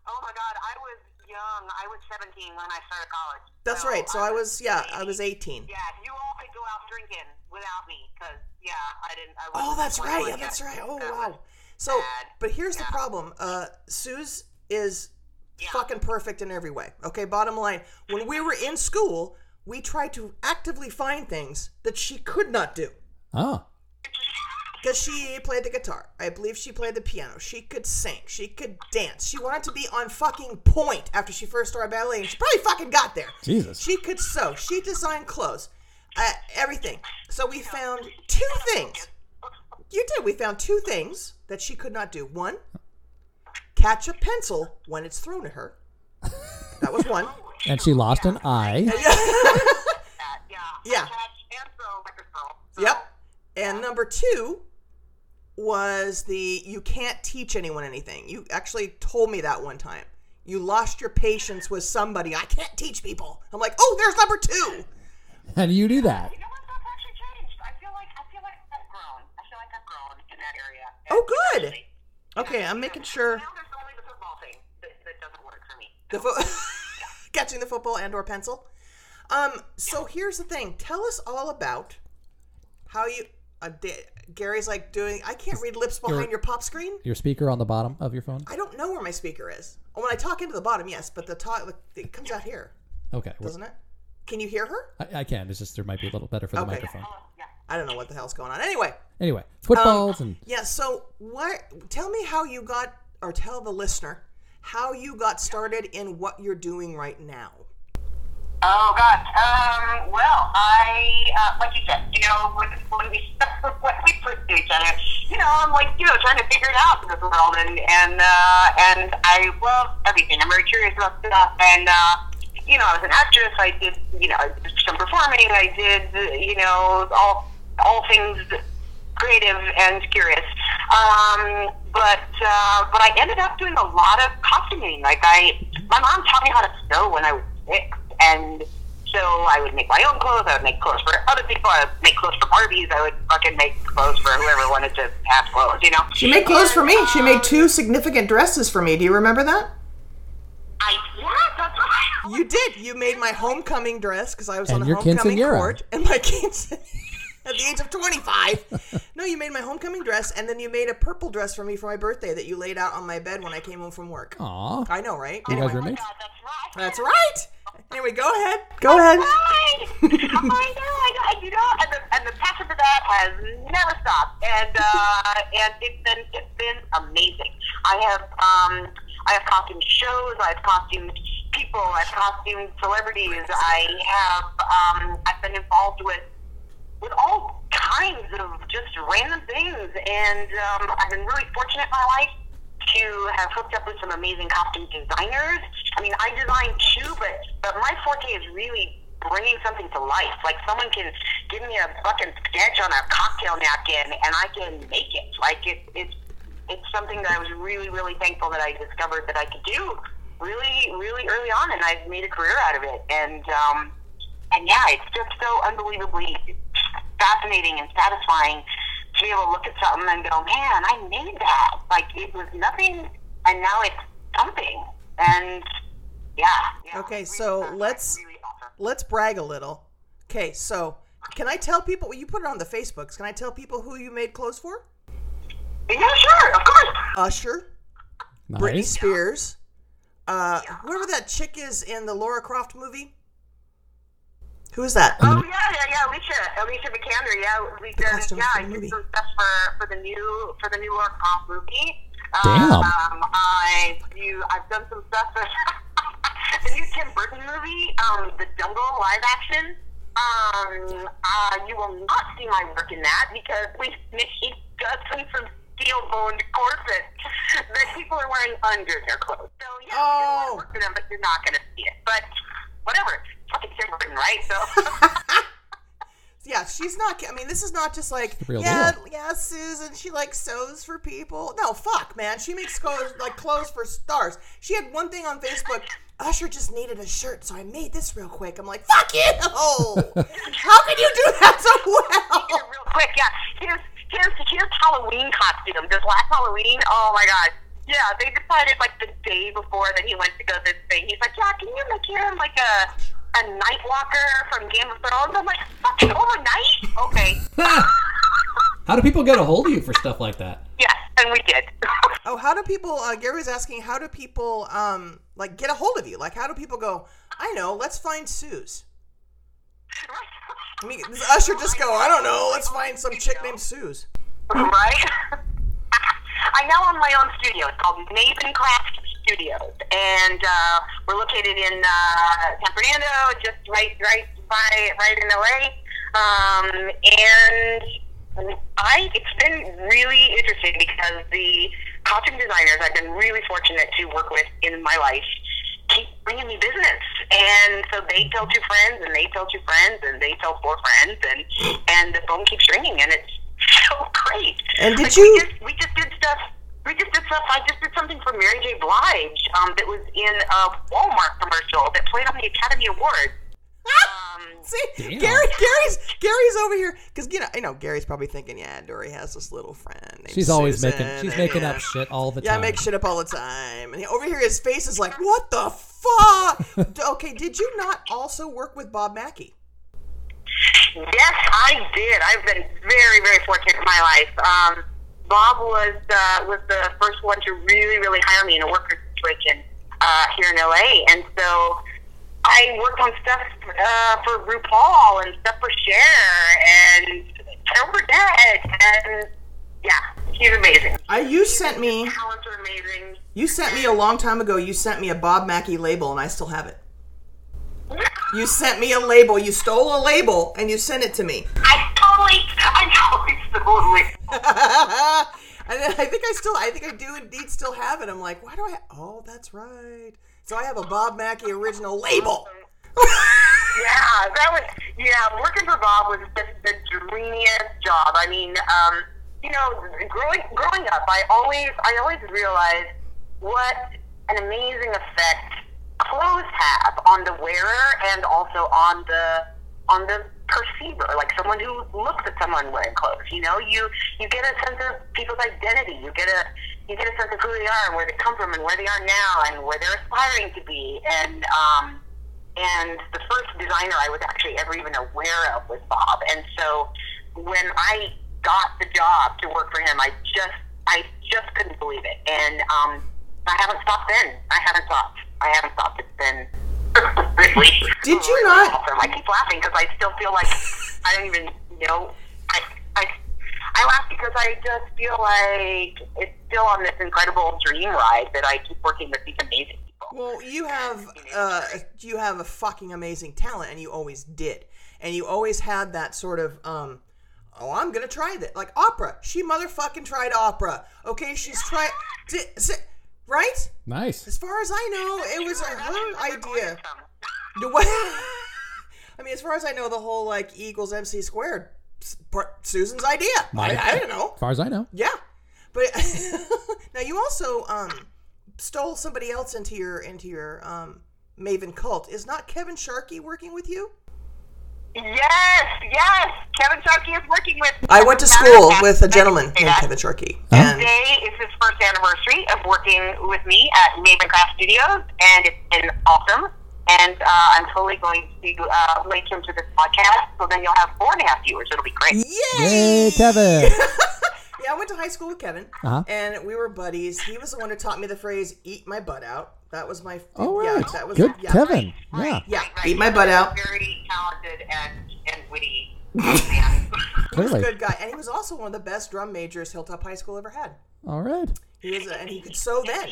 [SPEAKER 3] Oh my God, I was young. I was 17 when I started college.
[SPEAKER 2] That's right. So I was yeah, I was 18.
[SPEAKER 3] Yeah, you all could go out drinking without me because, yeah, I didn't. I
[SPEAKER 2] Oh,
[SPEAKER 3] wasn't
[SPEAKER 2] that's right.
[SPEAKER 3] 21
[SPEAKER 2] Yeah,
[SPEAKER 3] yet.
[SPEAKER 2] that's right. Oh,
[SPEAKER 3] That was-
[SPEAKER 2] wow. So,
[SPEAKER 3] bad.
[SPEAKER 2] but here's the problem. Uh, Suze is
[SPEAKER 3] Yeah.
[SPEAKER 2] fucking perfect in every way. Okay, bottom line. When we were in school, we tried to actively find things that she could not do.
[SPEAKER 1] Ah,
[SPEAKER 2] Because she played the guitar. I believe she played the piano. She could sing. She could dance. She wanted to be on fucking point after she first started ballet, and she probably fucking got there.
[SPEAKER 1] Jesus.
[SPEAKER 2] She could sew. She designed clothes. Uh, everything. So we found two things. You did. We found two things that she could not do. One, catch a pencil when it's thrown at her. That was one.
[SPEAKER 1] And she lost an eye.
[SPEAKER 3] that. Yeah.
[SPEAKER 2] Yeah.
[SPEAKER 3] Attached and throw record girl. So,
[SPEAKER 2] Yep. And number two was the you can't teach anyone anything. You actually told me that one time. You lost your patience with somebody. I can't teach people. I'm like, oh, there's number two.
[SPEAKER 1] And you do that.
[SPEAKER 3] You know what? That's actually changed. I feel like I feel like I've grown. I feel like I've grown in that area.
[SPEAKER 2] Oh, good. Okay, I'm making sure
[SPEAKER 3] Now there's only the football thing that, that doesn't work for me.
[SPEAKER 2] the fo- (laughs) catching the football and or pencil. Um, so here's the thing. Tell us all about how you. Uh, da- Gary's like doing. I can't read lips behind your pop screen.
[SPEAKER 1] Your speaker on the bottom of your phone.
[SPEAKER 2] I don't know where my speaker is. When I talk into the bottom, yes, but the talk it comes out here,
[SPEAKER 1] Okay. we're-
[SPEAKER 2] doesn't it? Can you hear her?
[SPEAKER 1] I, I can. It's just there might be a little better for the
[SPEAKER 2] Okay.
[SPEAKER 1] microphone.
[SPEAKER 3] Oh, yeah.
[SPEAKER 2] I don't know what the hell's going on. Anyway,
[SPEAKER 1] Anyway, footballs and
[SPEAKER 2] yeah. So what? Tell me how you got, or tell the listener how you got started in what you're doing right now.
[SPEAKER 3] Oh God. Um. Well, I uh, like you said, you know, when, when we (laughs) when we first knew each other, you know, I'm like, you know, trying to figure it out in this world, and and uh, and I love everything. I'm very curious about stuff, and uh, you know, I was an actress. I did, you know, I did some performing. I did, you know, all all things creative and curious. Um, but uh, but I ended up doing a lot of costuming. Like I, my mom taught me how to sew when I was six, and so I would make my own clothes. I would make clothes for other people. I would make clothes for Barbies. I would fucking make clothes for whoever wanted to have clothes. You know.
[SPEAKER 2] She made clothes for me. She made two significant dresses for me. Do you remember that?
[SPEAKER 3] I yeah, that's right. Oh
[SPEAKER 2] You did. You made my homecoming dress because I was
[SPEAKER 1] And
[SPEAKER 2] on a
[SPEAKER 1] your
[SPEAKER 2] homecoming
[SPEAKER 1] quinceañera.
[SPEAKER 2] court, (laughs) and my kids at the age
[SPEAKER 1] (laughs)
[SPEAKER 2] of 25. no, you made my homecoming dress, and then you made a purple dress for me for my birthday that you laid out on my bed when I came home from work.
[SPEAKER 1] aw.
[SPEAKER 2] I know, right?
[SPEAKER 1] You guys
[SPEAKER 2] Anyway,
[SPEAKER 1] roommates?
[SPEAKER 3] God, that's right.
[SPEAKER 2] that's right. Anyway, go ahead. Go ahead.
[SPEAKER 3] (laughs) Right. I know, I know, and you know, and the, and the passion for that has never stopped, and uh, and it's been it's been amazing. I have um, I have costumed shows, I've costumed people, I've costumed celebrities, I have um, I've been involved with with all kinds of just random things, and um, I've been really fortunate in my life to have hooked up with some amazing costume designers. I mean, I design too, but but my forte is really bringing something to life. Like someone can give me a fucking sketch on a cocktail napkin, and I can make it. Like it, it's it's something that I was really really thankful that I discovered that I could do really really early on, and I've made a career out of it. And um, and yeah, it's just so unbelievably fascinating and satisfying to be able to look at something and go, man, I made that. Like it was nothing, and now it's something. And yeah. yeah
[SPEAKER 2] Okay,
[SPEAKER 3] it's
[SPEAKER 2] so
[SPEAKER 3] really-
[SPEAKER 2] let's-
[SPEAKER 3] really awesome.
[SPEAKER 2] Let's brag a little. Okay, so can I tell people? You put it on the Facebooks. Can I tell people who you made clothes for?
[SPEAKER 3] Yeah, sure, of course.
[SPEAKER 2] Usher, Britney
[SPEAKER 1] Nice.
[SPEAKER 2] Spears, uh, whoever that chick is in the Laura Croft movie. Who is that?
[SPEAKER 3] Oh yeah, yeah, yeah, Alicia, Alicia Vikander, yeah, we did,
[SPEAKER 2] costume
[SPEAKER 3] yeah,
[SPEAKER 2] for
[SPEAKER 3] I
[SPEAKER 2] the
[SPEAKER 3] did
[SPEAKER 2] movie.
[SPEAKER 3] some stuff for, for the new for the new Laura Croft movie. Um,
[SPEAKER 1] Damn.
[SPEAKER 3] Um, I you, I've done some stuff for (laughs) the new Tim Burton movie, um, the Jungle live action. Um, uh, you will not see my work in that because we (laughs) made dozens of steel boned corsets that people are wearing under their clothes. So yeah,
[SPEAKER 2] Oh.
[SPEAKER 3] we did a lot of work for them, but you're not gonna see it. But whatever, it's fucking Tim Burton, right?
[SPEAKER 2] (laughs)
[SPEAKER 3] So.
[SPEAKER 2] Yeah, she's not. I mean, this is not just like
[SPEAKER 1] real
[SPEAKER 2] yeah,
[SPEAKER 1] deal.
[SPEAKER 2] yeah, Susan. She like sews for people. No, fuck, man. She makes clothes like clothes for stars. She had one thing on Facebook. Usher just needed a shirt, so I made this real quick. I'm like, fuck you! (laughs) How can you do that so well?
[SPEAKER 3] here real quick. Yeah, here's here's here's Halloween costume. This last Halloween. Oh my god. Yeah, they decided like the day before that he went to go to this thing. He's like, yeah, can you make him like a a night walker from Game of Thrones? I'm like, fucking overnight? Okay.
[SPEAKER 1] (laughs) How do people get a hold of you for stuff like that?
[SPEAKER 3] yes, and we did. (laughs)
[SPEAKER 2] Oh, how do people? Uh, Gary was asking, how do people um like get a hold of you? Like, how do people go? I know. Let's find Suze. I mean, does Usher just go? I don't know. Let's find some chick named Suze. (laughs)
[SPEAKER 3] right? (laughs) I now own my own studio. It's called Maven Craft Studios, and uh, we're located in uh, San Fernando, just right, right by, right in LA. Um, and I, it's been really interesting because the costume designers I've been really fortunate to work with in my life keep bringing me business. And so they tell two friends, and they tell two friends, and they tell four friends, and and the phone keeps ringing, and it's (laughs) so great.
[SPEAKER 2] And did
[SPEAKER 3] Like,
[SPEAKER 2] you-
[SPEAKER 3] We just, we just did stuff. We just did stuff. I just did something for Mary J. Blige um, that was in a Walmart commercial that played on the Academy Awards. Um,
[SPEAKER 2] See,
[SPEAKER 1] Damn.
[SPEAKER 2] Gary, Gary's Gary's over here because you know I know Gary's probably thinking, yeah, Dory has this little friend. Named
[SPEAKER 1] She's always
[SPEAKER 2] Susan,
[SPEAKER 1] making she's
[SPEAKER 2] and,
[SPEAKER 1] making
[SPEAKER 2] yeah,
[SPEAKER 1] up shit all the
[SPEAKER 2] Yeah, I
[SPEAKER 1] time.
[SPEAKER 2] make shit up all the time. And over here, his face is like, what the
[SPEAKER 1] (laughs)
[SPEAKER 2] fuck? D- okay, did you not also work with Bob Mackey?
[SPEAKER 3] Yes, I did. I've been very, very fortunate in my life. Um, Bob was uh, was the first one to really, really hire me in a worker situation uh, here in LA, and so I worked on stuff uh, for RuPaul and stuff for Cher and Carol Burnett and yeah, he's amazing.
[SPEAKER 2] I you sent me
[SPEAKER 3] His talents are amazing.
[SPEAKER 2] you sent me a long time ago. You sent me a Bob Mackey label, and I still have it. You sent me a label. You stole a label, and you sent it to me. (laughs)
[SPEAKER 3] I totally, I totally, totally.
[SPEAKER 2] And then I think I still, I think I do indeed still have it. I'm like, why do I? ha- oh, that's right. So I have a Bob Mackey original label. (laughs)
[SPEAKER 3] Yeah, that was yeah. Working for Bob was just the dreamiest job. I mean, um, you know, growing growing up, I always I always realized what an amazing effect clothes have on the wearer and also on the on the perceiver, like someone who looks at someone wearing clothes. You know, you you get a sense of people's identity. You get a you get a sense of who they are and where they come from and where they are now and where they're aspiring to be and. um and the first designer I was actually ever even aware of was Bob. And so when I got the job to work for him, I just I just couldn't believe it. And um, I haven't stopped then. I haven't stopped. I haven't stopped. It's been (laughs) really
[SPEAKER 2] Did you
[SPEAKER 3] really
[SPEAKER 2] not-
[SPEAKER 3] Awesome. I keep laughing because I still feel like I don't even know. I I I laugh because I just feel like it's still on this incredible dream ride that I keep working with these amazing people.
[SPEAKER 2] Well, you have uh, you have a fucking amazing talent, and you always did, and you always had that sort of um, oh, I'm gonna try that, like opera. She motherfucking tried opera. Okay, she's tried, right?
[SPEAKER 1] Nice.
[SPEAKER 2] As far as I know, it was her idea.
[SPEAKER 3] Awesome.
[SPEAKER 2] The way- (laughs) I mean, as far as I know, the whole like E equals MC squared s- part Susan's idea. I,
[SPEAKER 1] Mine.
[SPEAKER 2] I don't know.
[SPEAKER 1] As far as I know.
[SPEAKER 2] Yeah, but (laughs) now you also um, stole somebody else into your into your um, Maven cult. Is not Kevin Sharkey working with you?
[SPEAKER 3] Yes, yes. Kevin Sharkey is working with.
[SPEAKER 2] I went to
[SPEAKER 3] Matter of
[SPEAKER 2] school
[SPEAKER 3] fact,
[SPEAKER 2] with a
[SPEAKER 3] I
[SPEAKER 2] gentleman
[SPEAKER 3] can say
[SPEAKER 2] named
[SPEAKER 3] that.
[SPEAKER 2] Kevin Sharkey,
[SPEAKER 1] Huh?
[SPEAKER 2] and
[SPEAKER 3] Today is his first anniversary of working with me at Maven Craft Studios, and it's been awesome. And uh, I'm totally going to uh, link him to this podcast, so then you'll have four and a half viewers. It'll be great.
[SPEAKER 1] Yay, Kevin.
[SPEAKER 2] (laughs) Yeah, I went to high school with Kevin,
[SPEAKER 1] Uh-huh.
[SPEAKER 2] and we were buddies. He was the one who taught me the phrase "eat my butt out." That was my
[SPEAKER 1] All
[SPEAKER 2] yeah,
[SPEAKER 1] right.
[SPEAKER 2] that was
[SPEAKER 1] Good,
[SPEAKER 2] yeah.
[SPEAKER 1] Kevin. Yeah.
[SPEAKER 2] Yeah, eat my butt out.
[SPEAKER 3] Very talented and, and witty
[SPEAKER 2] (laughs)
[SPEAKER 3] man. (laughs)
[SPEAKER 1] Clearly.
[SPEAKER 2] Good guy, and he was also one of the best drum majors Hilltop High School ever had.
[SPEAKER 1] All right.
[SPEAKER 2] He was, a, and he could sew then.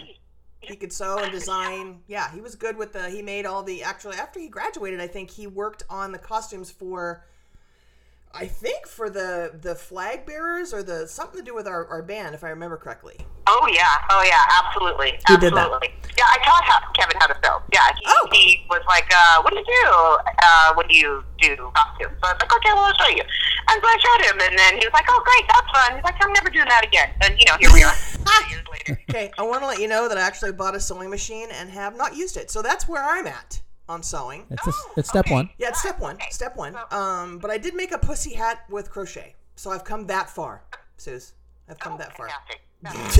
[SPEAKER 2] He could sew and design. Yeah, he was good with the. He made all the. Actually, after he graduated, I think he worked on the costumes for. I think for the the flag bearers or the something to do with our, our band, if I remember correctly.
[SPEAKER 3] Oh yeah, oh yeah, absolutely,
[SPEAKER 2] He did
[SPEAKER 3] absolutely.
[SPEAKER 2] that.
[SPEAKER 3] Yeah, I taught how, Kevin how to sew. Yeah, he,
[SPEAKER 2] Oh.
[SPEAKER 3] he was like, uh, "What do you do? Uh, what do you do costumes?" So I was like, "Okay, well, I'll show you." And so I showed him, and then he was like, "Oh, great, that's fun." He's like, "I'm never doing that again." And you know, here we
[SPEAKER 2] (laughs)
[SPEAKER 3] are, three years later.
[SPEAKER 2] Okay, I want to let you know that I actually bought a sewing machine and have not used it. So that's where I'm at on sewing.
[SPEAKER 1] It's, a, it's step one.
[SPEAKER 2] Yeah, it's step one. Step one. Um, but I did make a pussy hat with crochet. So I've come that far, Suze. I've come that far. (laughs)
[SPEAKER 3] Fantastic.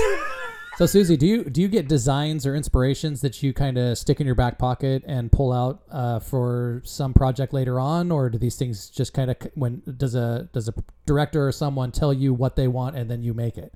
[SPEAKER 1] So, Susie, do you do you get designs or inspirations that you kind of stick in your back pocket and pull out uh, for some project later on, or do these things just kind of when does a does a director or someone tell you what they want and then you make it?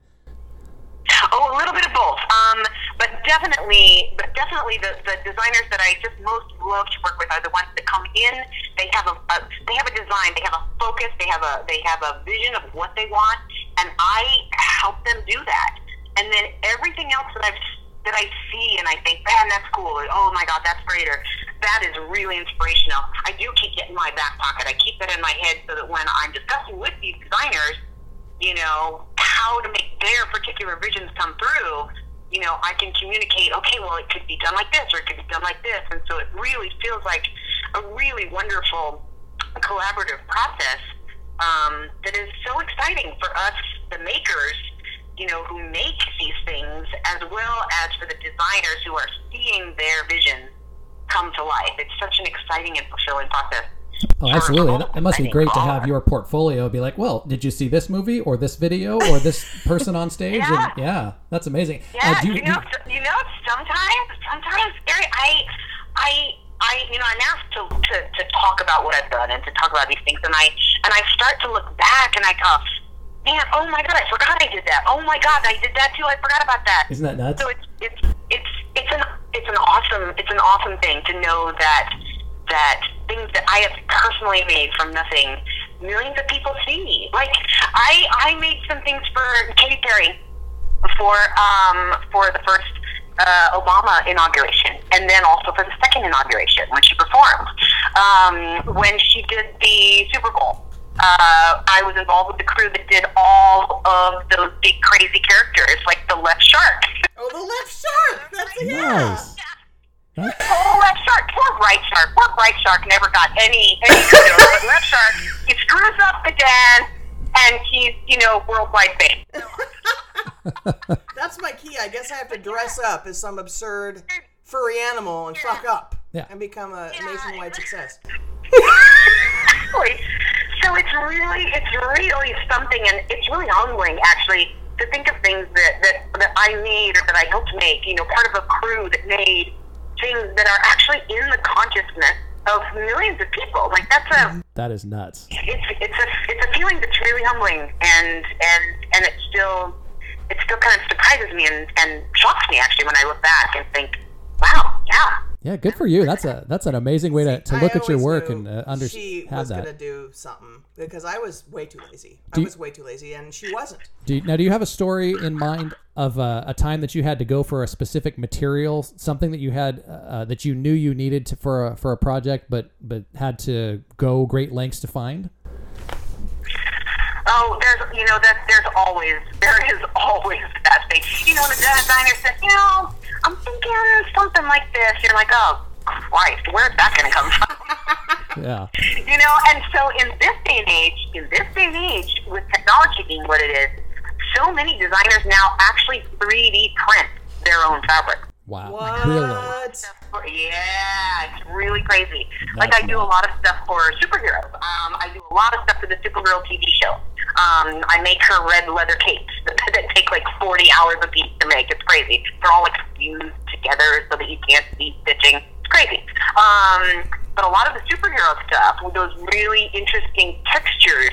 [SPEAKER 3] Oh, a little bit of both. Um, but definitely, but definitely, the, the designers that I just most love to work with are the ones that come in. They have a, a they have a design, they have a focus, they have a they have a vision of what they want, and I help them do that. And then everything else that I've that I see and I think, man, that's cool. Or, oh my God, that's great. Or that is really inspirational. I do keep it in my back pocket. I keep that in my head so that when I'm discussing with these designers, you know, how to make their particular visions come through, you know, I can communicate, okay, well, it could be done like this or it could be done like this. And so it really feels like a really wonderful collaborative process um, that is so exciting for us, the makers, you know, who make these things, as well as for the designers who are seeing their vision come to life. It's such an exciting and fulfilling process.
[SPEAKER 1] Oh, absolutely! And It must be great to
[SPEAKER 2] (laughs)
[SPEAKER 1] have your portfolio be like, well, did you see this movie or this video or this person
[SPEAKER 2] (laughs)
[SPEAKER 1] on stage? And, yeah that's amazing. Uh,
[SPEAKER 3] Yeah,
[SPEAKER 1] do
[SPEAKER 3] you, know, so- you know, sometimes, sometimes, Gary, I, I, I, you know, I'm asked to, to, to talk about what I've done and to talk about these things, and I, and I start to look back and I go, man, oh my god, I forgot I did that. Oh my god, I did that too. I forgot about that.
[SPEAKER 1] Isn't that nuts?
[SPEAKER 3] So it's it's it's it's an it's an awesome it's an awesome thing to know that that things that I have personally made from nothing, millions of people see. Like I, I made some things for Katy Perry for um, for the first uh, Obama inauguration, and then also for the second inauguration when she performed. Um, when she did the Super Bowl, uh, I was involved with the crew that did all of those big crazy characters, like the left shark. (laughs)
[SPEAKER 2] Oh, the left shark. That's yeah.
[SPEAKER 1] Nice.
[SPEAKER 3] Oh, left shark, poor right shark, poor right shark never got any any kudos, but left shark, he screws up the dance, and he's you know worldwide famous. (laughs)
[SPEAKER 2] That's my key. I guess I have to dress up as some absurd furry animal and fuck up
[SPEAKER 1] Yeah.
[SPEAKER 2] and become a nationwide success.
[SPEAKER 3] Exactly. So it's really, it's really something, and it's really humbling actually to think of things that, that that I made or that I helped make. You know, part of a crew that made things that are actually in the consciousness of millions of people. Like that's a,
[SPEAKER 1] That is nuts.
[SPEAKER 3] it's it's a it's a feeling that's really humbling, and and and it still it still kind of surprises me and and shocks me actually when I look back and think, wow, yeah.
[SPEAKER 1] Yeah, good for you. That's a that's an amazing way to, to look
[SPEAKER 2] I
[SPEAKER 1] at your
[SPEAKER 2] always
[SPEAKER 1] work
[SPEAKER 2] knew
[SPEAKER 1] and uh, under,
[SPEAKER 2] She
[SPEAKER 1] have
[SPEAKER 2] was
[SPEAKER 1] that.
[SPEAKER 2] gonna do something because I was way too lazy.
[SPEAKER 1] Do
[SPEAKER 2] I
[SPEAKER 1] you-
[SPEAKER 2] was way too lazy, and she wasn't.
[SPEAKER 1] Do you, now, do you have a story in mind of uh, a time that you had to go for a specific material, something that you had uh, that you knew you needed to, for a, for a project, but but had to go great lengths to find?
[SPEAKER 3] Oh, there's you know that there's always there (laughs) is always that thing. You know, the designer says, you know, I'm thinking something like this. You're like, oh, Christ, where's that going to come from? (laughs)
[SPEAKER 1] Yeah,
[SPEAKER 3] you know, and so in this day and age, in this day and age, with technology being what it is, so many designers now actually 3D print their own fabric.
[SPEAKER 1] wow,
[SPEAKER 2] What?
[SPEAKER 1] really?
[SPEAKER 3] Yeah, it's really crazy. like
[SPEAKER 1] That's
[SPEAKER 3] I do a lot of stuff for superheroes. Um, I do a lot of stuff for the Supergirl TV show. Um, I make her red leather capes (laughs) that, that take like 40 hours a piece to make. It's crazy. They're all like fused together so that you can't see stitching. It's crazy. Um, but a lot of the superhero stuff with those really interesting textures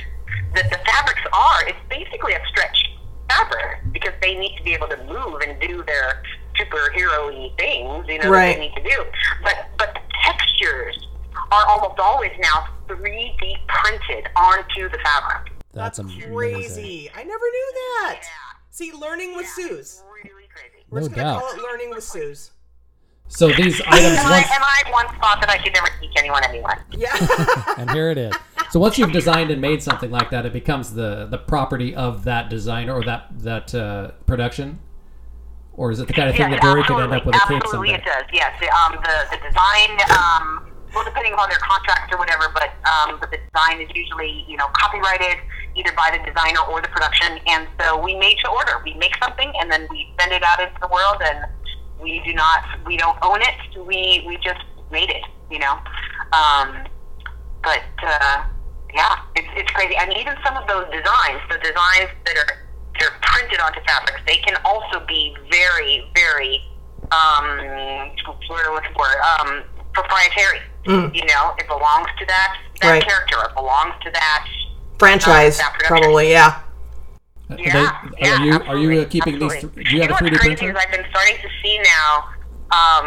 [SPEAKER 3] that the fabrics are, it's basically a stretch fabric because they need to be able to move and do their superhero-y things, you know, that
[SPEAKER 2] Right.
[SPEAKER 3] they need to do. But but the textures are almost always now 3D printed onto the fabric.
[SPEAKER 1] That's, amazing.
[SPEAKER 2] Crazy. I never knew that. See, learning with Suze.
[SPEAKER 3] Really crazy.
[SPEAKER 2] We're
[SPEAKER 1] No
[SPEAKER 2] just gonna
[SPEAKER 1] doubt.
[SPEAKER 2] call it learning with Suze.
[SPEAKER 1] So
[SPEAKER 3] (laughs)
[SPEAKER 1] these items
[SPEAKER 3] Am I,
[SPEAKER 1] once,
[SPEAKER 3] am I at one spot that I should never teach anyone anyone?
[SPEAKER 2] Yeah.
[SPEAKER 1] (laughs) and here it is. So once you've designed and made something like that, it becomes the the property of that designer or that that uh, production, or is it the kind of thing that Dory could end up with a cape
[SPEAKER 3] absolutely
[SPEAKER 1] someday?
[SPEAKER 3] it does. Yes, the, um, the the design. Um, well, depending upon their contract or whatever, but um, but the design is usually you know copyrighted either by the designer or the production, and so we made to order. We make something and then we send it out into the world, and we do not we don't own it. We we just made it, you know. Um, but uh, yeah, it's, it's crazy. And even some of those designs, the designs that are that are printed onto fabrics, they can also be very, very um, what's the word I'm looking for? Um, proprietary. You know, it belongs to that that
[SPEAKER 2] Right.
[SPEAKER 3] character. It belongs to that.
[SPEAKER 2] Franchise,
[SPEAKER 3] That production.
[SPEAKER 2] probably. Yeah.
[SPEAKER 1] Uh, Are
[SPEAKER 3] Yeah,
[SPEAKER 1] they-
[SPEAKER 3] yeah,
[SPEAKER 1] are you are you
[SPEAKER 3] absolutely,
[SPEAKER 1] uh, keeping these?
[SPEAKER 3] absolutely.
[SPEAKER 1] th- Do you have
[SPEAKER 3] know
[SPEAKER 1] a three D
[SPEAKER 3] what's crazy
[SPEAKER 1] printer?
[SPEAKER 3] Is I've been starting to see now. Um,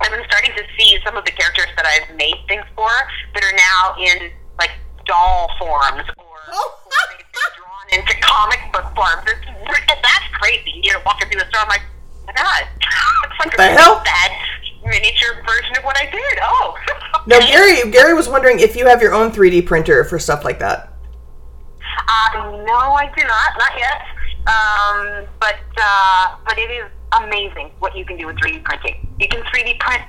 [SPEAKER 3] I've been starting to see some of the characters that I've made things for that are now in like doll forms or,
[SPEAKER 2] Oh.
[SPEAKER 3] or they've been drawn into comic book forms. It's, that's crazy. You know, walking through the store, I'm like, "Oh my God, (laughs) it's like
[SPEAKER 2] The hell?
[SPEAKER 3] that miniature version of what I did. Oh, (laughs)
[SPEAKER 2] No, Gary. Gary was wondering if you have your own 3D printer for stuff like that.
[SPEAKER 3] Uh, no, I do not. Not yet. Um, but uh, but it is amazing what you can do with 3D printing. You can 3D print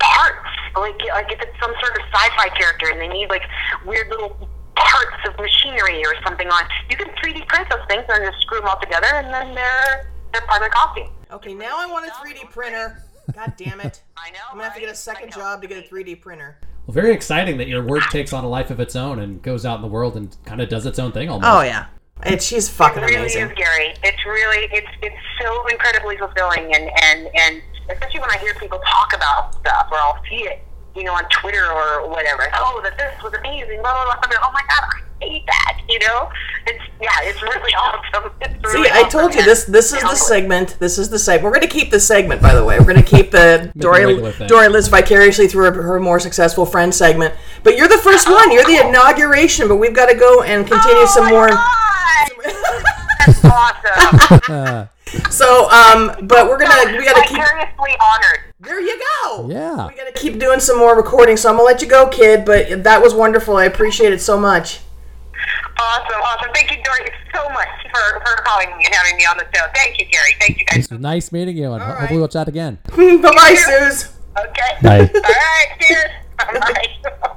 [SPEAKER 3] parts, like like if it's some sort of sci-fi character and they need like weird little parts of machinery or something on. You can 3D print those things and just screw them all together, and then they're they're part of the costume.
[SPEAKER 2] Okay, now I want a 3D printer. God damn it!
[SPEAKER 3] I know.
[SPEAKER 2] I'm gonna have to get a second job to get a 3D printer.
[SPEAKER 1] Well, very exciting that your work takes on a life of its own and goes out in the world and kind of does its own thing almost.
[SPEAKER 2] Oh yeah, and she's fucking
[SPEAKER 3] really
[SPEAKER 2] amazing.
[SPEAKER 3] is Gary. It's really it's it's so incredibly fulfilling and and and especially when I hear people talk about stuff or I'll see it, you know, on Twitter or whatever. Oh, that this was amazing, blah blah blah. I'm like, oh my god, I hate that, you know. it's yeah, it's really (laughs) awesome. It's really
[SPEAKER 2] See, I
[SPEAKER 3] awesome.
[SPEAKER 2] told you
[SPEAKER 3] And-
[SPEAKER 2] this. This is
[SPEAKER 3] and
[SPEAKER 2] the
[SPEAKER 3] also-
[SPEAKER 2] segment. This is the segment. We're going to keep this segment, by the way. We're going to keep the
[SPEAKER 1] regular
[SPEAKER 2] Dory.
[SPEAKER 1] thing.
[SPEAKER 2] Dory lives vicariously through her, her more successful friend segment. But you're the first one. You're the inauguration. But we've got to go and continue
[SPEAKER 3] Oh
[SPEAKER 2] some
[SPEAKER 3] my
[SPEAKER 2] more.
[SPEAKER 3] God! That's awesome.
[SPEAKER 2] (laughs) So, um, but we're gonna we (laughs) got to keep.
[SPEAKER 3] Vicariously honored.
[SPEAKER 2] There you go.
[SPEAKER 1] Yeah.
[SPEAKER 2] We got to keep doing some more recording. So I'm gonna let you go, kid. But that was wonderful. I appreciate it so much. (laughs)
[SPEAKER 3] Awesome, awesome. Thank you, Dory, so much for, for calling me and having me on the show. Thank you, Gary. Thank you guys.
[SPEAKER 1] It was nice meeting you, and ho- hopefully we'll chat again. (laughs)
[SPEAKER 2] bye bye, Suze.
[SPEAKER 3] Okay.
[SPEAKER 1] Bye.
[SPEAKER 3] All right. Cheers. (laughs)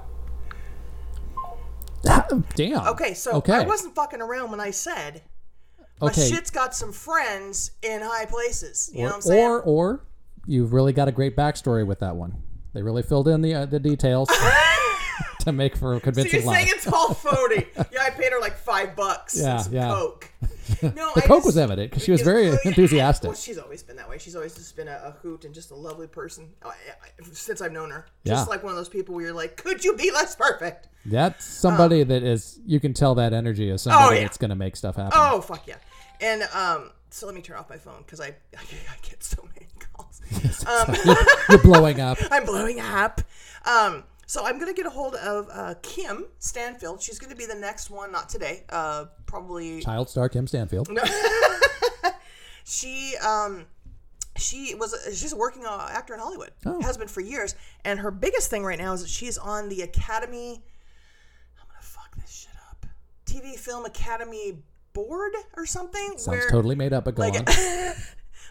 [SPEAKER 3] Bye.
[SPEAKER 1] Damn.
[SPEAKER 2] Okay, so
[SPEAKER 1] okay,
[SPEAKER 2] I wasn't fucking around when I said my
[SPEAKER 1] okay.
[SPEAKER 2] shit's got some friends in high places. You know what I'm
[SPEAKER 1] or,
[SPEAKER 2] saying?
[SPEAKER 1] or or you've really got a great backstory with that one. They really filled in the uh, the
[SPEAKER 2] (laughs)
[SPEAKER 1] details to make for a
[SPEAKER 2] so you're
[SPEAKER 1] convincing
[SPEAKER 2] saying
[SPEAKER 1] lie.
[SPEAKER 2] it's
[SPEAKER 1] (laughs)
[SPEAKER 2] all phony? yeah, I paid her like five bucks.
[SPEAKER 1] Yeah,
[SPEAKER 2] and some
[SPEAKER 1] yeah. (laughs)
[SPEAKER 2] coke. No,
[SPEAKER 1] The
[SPEAKER 2] I
[SPEAKER 1] coke
[SPEAKER 2] just-
[SPEAKER 1] was evident because she was
[SPEAKER 2] because-
[SPEAKER 1] very
[SPEAKER 2] well, yeah,
[SPEAKER 1] enthusiastic.
[SPEAKER 2] Well, she's always been that way. She's always just been a, a hoot and just a lovely person uh, I- I- since I've known her. Just
[SPEAKER 1] Yeah.
[SPEAKER 2] like one of those people where you're like, could you be less perfect?
[SPEAKER 1] That's somebody that is you can tell that energy is somebody
[SPEAKER 2] um, Oh, yeah.
[SPEAKER 1] that's going to make stuff happen.
[SPEAKER 2] Oh fuck yeah! And um, so let me turn off my phone because I, I get so many (laughs) calls.
[SPEAKER 1] (laughs)
[SPEAKER 2] Um,
[SPEAKER 1] You're blowing
[SPEAKER 2] (laughs)
[SPEAKER 1] up.
[SPEAKER 2] I'm blowing up. Um, so I'm gonna get a hold of uh, Kim Stanfield. She's gonna be the next one, not today. Uh, probably
[SPEAKER 1] Child star Kim Stanfield.
[SPEAKER 2] she um she was she's a working uh, actor in Hollywood,
[SPEAKER 1] Oh.
[SPEAKER 2] has been for years, and her biggest thing right now is that she's on the Academy. I'm gonna fuck this shit up. TV Film Academy board or something.
[SPEAKER 1] Sounds totally made up, but go on.
[SPEAKER 2] (laughs)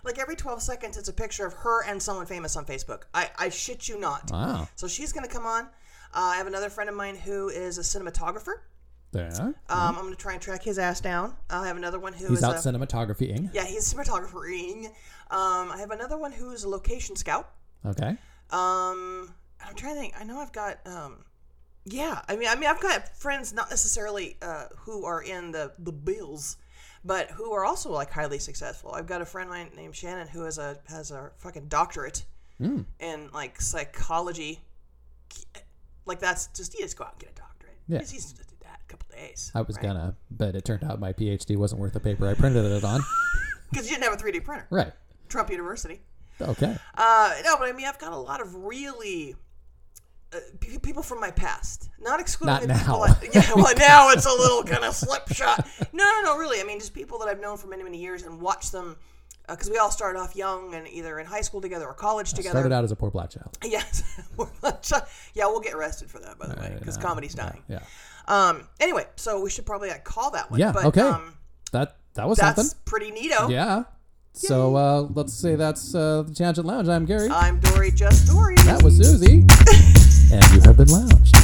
[SPEAKER 2] like every 12 seconds it's a picture of her and someone famous on facebook i, I shit you not
[SPEAKER 1] Wow.
[SPEAKER 2] so she's going to come on uh, i have another friend of mine who is a cinematographer
[SPEAKER 1] There.
[SPEAKER 2] um, i'm going to try and track his ass down i have another one who is
[SPEAKER 1] Mm-hmm. He's out
[SPEAKER 2] a
[SPEAKER 1] cinematographying.
[SPEAKER 2] yeah he's cinematographering um, i have another one who's a location scout
[SPEAKER 1] Okay.
[SPEAKER 2] um, i'm trying to think i know i've got um, yeah i mean i mean i've got friends not necessarily uh, who are in the the bills but who are also like highly successful. I've got a friend of mine named Shannon who has a has a fucking doctorate
[SPEAKER 1] Mm.
[SPEAKER 2] in like psychology. Like that's just you just go out and get a doctorate.
[SPEAKER 1] Yeah.
[SPEAKER 2] He's- he's just did that in a couple days.
[SPEAKER 1] I was gonna, but it turned out my PhD wasn't worth the paper I printed it
[SPEAKER 2] (laughs)
[SPEAKER 1] on.
[SPEAKER 2] because you didn't have a 3D printer.
[SPEAKER 1] Right.
[SPEAKER 2] Trump University.
[SPEAKER 1] Okay.
[SPEAKER 2] Uh, no, but I mean I've got a lot of really. Uh, pe- people from my past, not excluding
[SPEAKER 1] Not
[SPEAKER 2] the people.
[SPEAKER 1] now.
[SPEAKER 2] I,
[SPEAKER 1] (laughs)
[SPEAKER 2] yeah, well, now it's a little kind of slipshod. No, no, no, really. I mean, just people that I've known for many, many years and watched them, because we all started off young and either in high school together or college together.
[SPEAKER 1] Started out as a poor black child.
[SPEAKER 2] (laughs) Yes. We're not try- yeah, we'll get arrested for that, by the way, because comedy's dying.
[SPEAKER 1] uh, Yeah.
[SPEAKER 2] Um. Anyway, so we should probably like, call that one.
[SPEAKER 1] Yeah,
[SPEAKER 2] But,
[SPEAKER 1] okay.
[SPEAKER 2] Um,
[SPEAKER 1] That that was
[SPEAKER 2] that's
[SPEAKER 1] something.
[SPEAKER 2] pretty neato.
[SPEAKER 1] Yeah. So uh, let's say that's uh,
[SPEAKER 2] Uh,
[SPEAKER 1] the Tangent Lounge. I'm Gary.
[SPEAKER 2] I'm Dory, just Dory.
[SPEAKER 1] that was Susie. and you have been lounged.